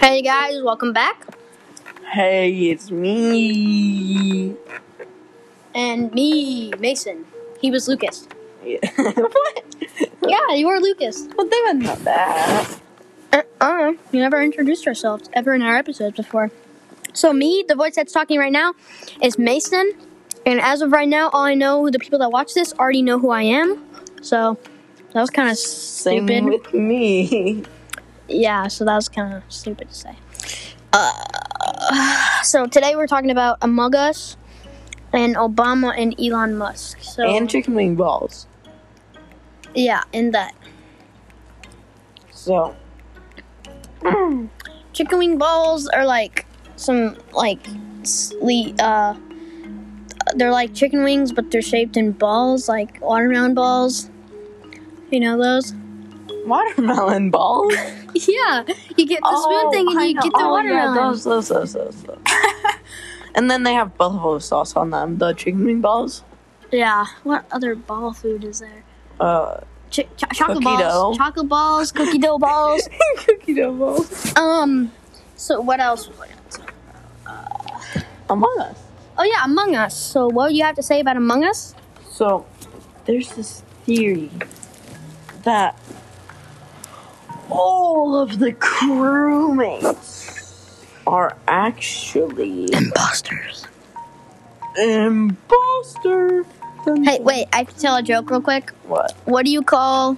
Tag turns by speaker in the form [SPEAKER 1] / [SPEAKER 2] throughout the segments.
[SPEAKER 1] Hey guys, welcome back.
[SPEAKER 2] Hey, it's me.
[SPEAKER 1] And me, Mason. He was Lucas.
[SPEAKER 2] Yeah. what?
[SPEAKER 1] Yeah, you were Lucas.
[SPEAKER 2] Well, that was not bad.
[SPEAKER 1] Uh uh. You never introduced yourselves ever in our episodes before. So, me, the voice that's talking right now, is Mason. And as of right now, all I know, the people that watch this already know who I am. So, that was kind of
[SPEAKER 2] Same
[SPEAKER 1] stupid.
[SPEAKER 2] with me.
[SPEAKER 1] yeah, so that was kind of stupid to say. Uh, so, today we're talking about Among Us and Obama and Elon Musk. So,
[SPEAKER 2] And chicken wing balls.
[SPEAKER 1] yeah, and that.
[SPEAKER 2] So,
[SPEAKER 1] chicken wing balls are like some like sle- uh they're like chicken wings but they're shaped in balls like watermelon balls you know those
[SPEAKER 2] watermelon balls. Oh, The
[SPEAKER 1] yeah you get the spoon thing and you get the watermelon
[SPEAKER 2] Yeah, those, those, those, those, those. and then they have buffalo sauce on them. The chicken wing balls.
[SPEAKER 1] yeah what other ball food is there
[SPEAKER 2] Uh,
[SPEAKER 1] Ch- ch- chocolate
[SPEAKER 2] Cookie
[SPEAKER 1] balls
[SPEAKER 2] dough.
[SPEAKER 1] chocolate balls cookie dough balls
[SPEAKER 2] cookie dough balls.
[SPEAKER 1] um so what else was I gonna say?
[SPEAKER 2] Among Us.
[SPEAKER 1] oh yeah among us so what do you have to say about among us
[SPEAKER 2] So there's this theory that all of the crewmates are actually
[SPEAKER 1] imposters
[SPEAKER 2] imposter.
[SPEAKER 1] hey wait i can tell a joke real quick
[SPEAKER 2] What?
[SPEAKER 1] What do you call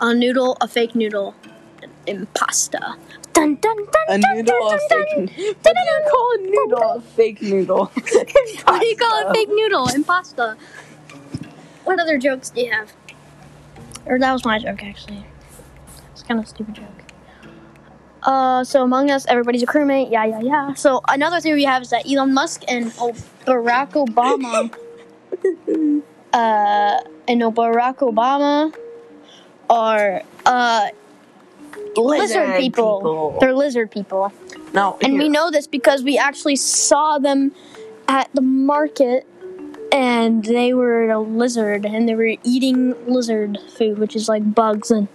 [SPEAKER 1] a noodle, a fake noodle? An impasta. Dun dun dun
[SPEAKER 2] A
[SPEAKER 1] dun
[SPEAKER 2] noodle
[SPEAKER 1] dun,
[SPEAKER 2] of
[SPEAKER 1] dun,
[SPEAKER 2] fake
[SPEAKER 1] dun.
[SPEAKER 2] noodle. What do you call a noodle a fake noodle?
[SPEAKER 1] What do you call a fake noodle? Impasta. What other jokes do you have? Or that was my joke actually. It's kind of a stupid joke. Uh, so among us, everybody's a crewmate. Yeah, yeah, yeah. So another theory we have is that Elon Musk and O- Barack Obama uh, and Barack Obama are uh, lizard, people. They're lizard people,
[SPEAKER 2] No,
[SPEAKER 1] and we
[SPEAKER 2] here.
[SPEAKER 1] know this because we actually saw them at the market, and they were a lizard, and they were eating lizard food, which is like bugs and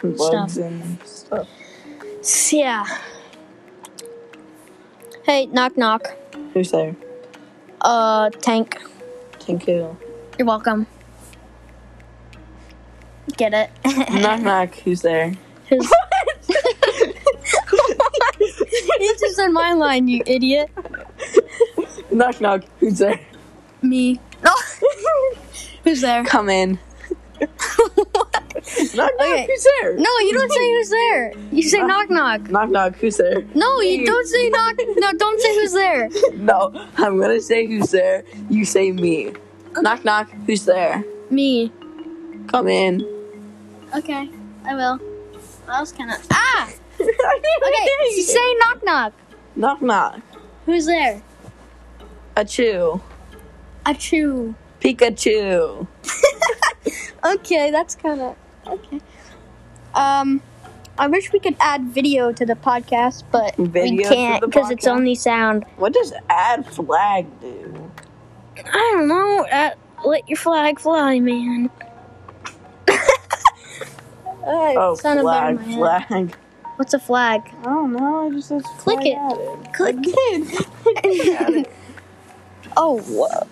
[SPEAKER 2] bugs and stuff.
[SPEAKER 1] yeah. Hey, knock knock.
[SPEAKER 2] Who's there?
[SPEAKER 1] Uh, tank.
[SPEAKER 2] Tinker.
[SPEAKER 1] You're welcome. Get it?
[SPEAKER 2] knock knock. Who's there?
[SPEAKER 1] His- you just said my line, you idiot.
[SPEAKER 2] Knock knock. Who's there?
[SPEAKER 1] Me. No. who's there?
[SPEAKER 2] Come in. knock knock,
[SPEAKER 1] Okay.
[SPEAKER 2] who's there?
[SPEAKER 1] No, you don't say who's there. You say knock knock.
[SPEAKER 2] Knock knock, who's there?
[SPEAKER 1] No, you don't say knock. No, don't say who's there.
[SPEAKER 2] No, I'm gonna say who's there. You say me. Knock knock, who's there?
[SPEAKER 1] Me.
[SPEAKER 2] Come in.
[SPEAKER 1] Okay, I will. That was kind of ah. Okay, say knock knock.
[SPEAKER 2] knock knock.
[SPEAKER 1] Who's there?
[SPEAKER 2] Achoo.
[SPEAKER 1] Achoo.
[SPEAKER 2] Pikachu.
[SPEAKER 1] Okay, that's kind of okay. Um, I wish we could add video to the podcast, but we
[SPEAKER 2] Video to
[SPEAKER 1] can't
[SPEAKER 2] the
[SPEAKER 1] because it's
[SPEAKER 2] podcast?
[SPEAKER 1] only sound.
[SPEAKER 2] What does add flag do?
[SPEAKER 1] I don't know. Uh, let your flag fly, man.
[SPEAKER 2] Oh,
[SPEAKER 1] sounded better in
[SPEAKER 2] flag,
[SPEAKER 1] my head.
[SPEAKER 2] flag.
[SPEAKER 1] What's a flag?
[SPEAKER 2] I don't know. I just says
[SPEAKER 1] Click
[SPEAKER 2] flag
[SPEAKER 1] it.
[SPEAKER 2] added.
[SPEAKER 1] Click
[SPEAKER 2] Again.
[SPEAKER 1] Oh, whoa.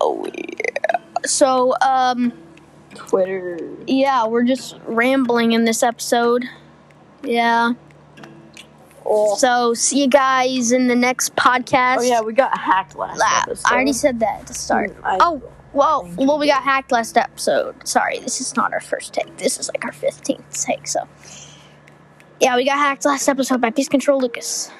[SPEAKER 1] Oh, yeah. So, um,
[SPEAKER 2] Twitter.
[SPEAKER 1] yeah, we're just rambling in this episode. Yeah.
[SPEAKER 2] Oh.
[SPEAKER 1] So, see you guys in the next podcast.
[SPEAKER 2] Oh, yeah, we got hacked last
[SPEAKER 1] La-
[SPEAKER 2] episode. Hmm,
[SPEAKER 1] I already said that at the start.
[SPEAKER 2] I-
[SPEAKER 1] Oh, well, well, we got hacked last episode. Sorry, this is not our first take. This is like our 15th take, so. Yeah, we got hacked last episode by Peace Control Lucas.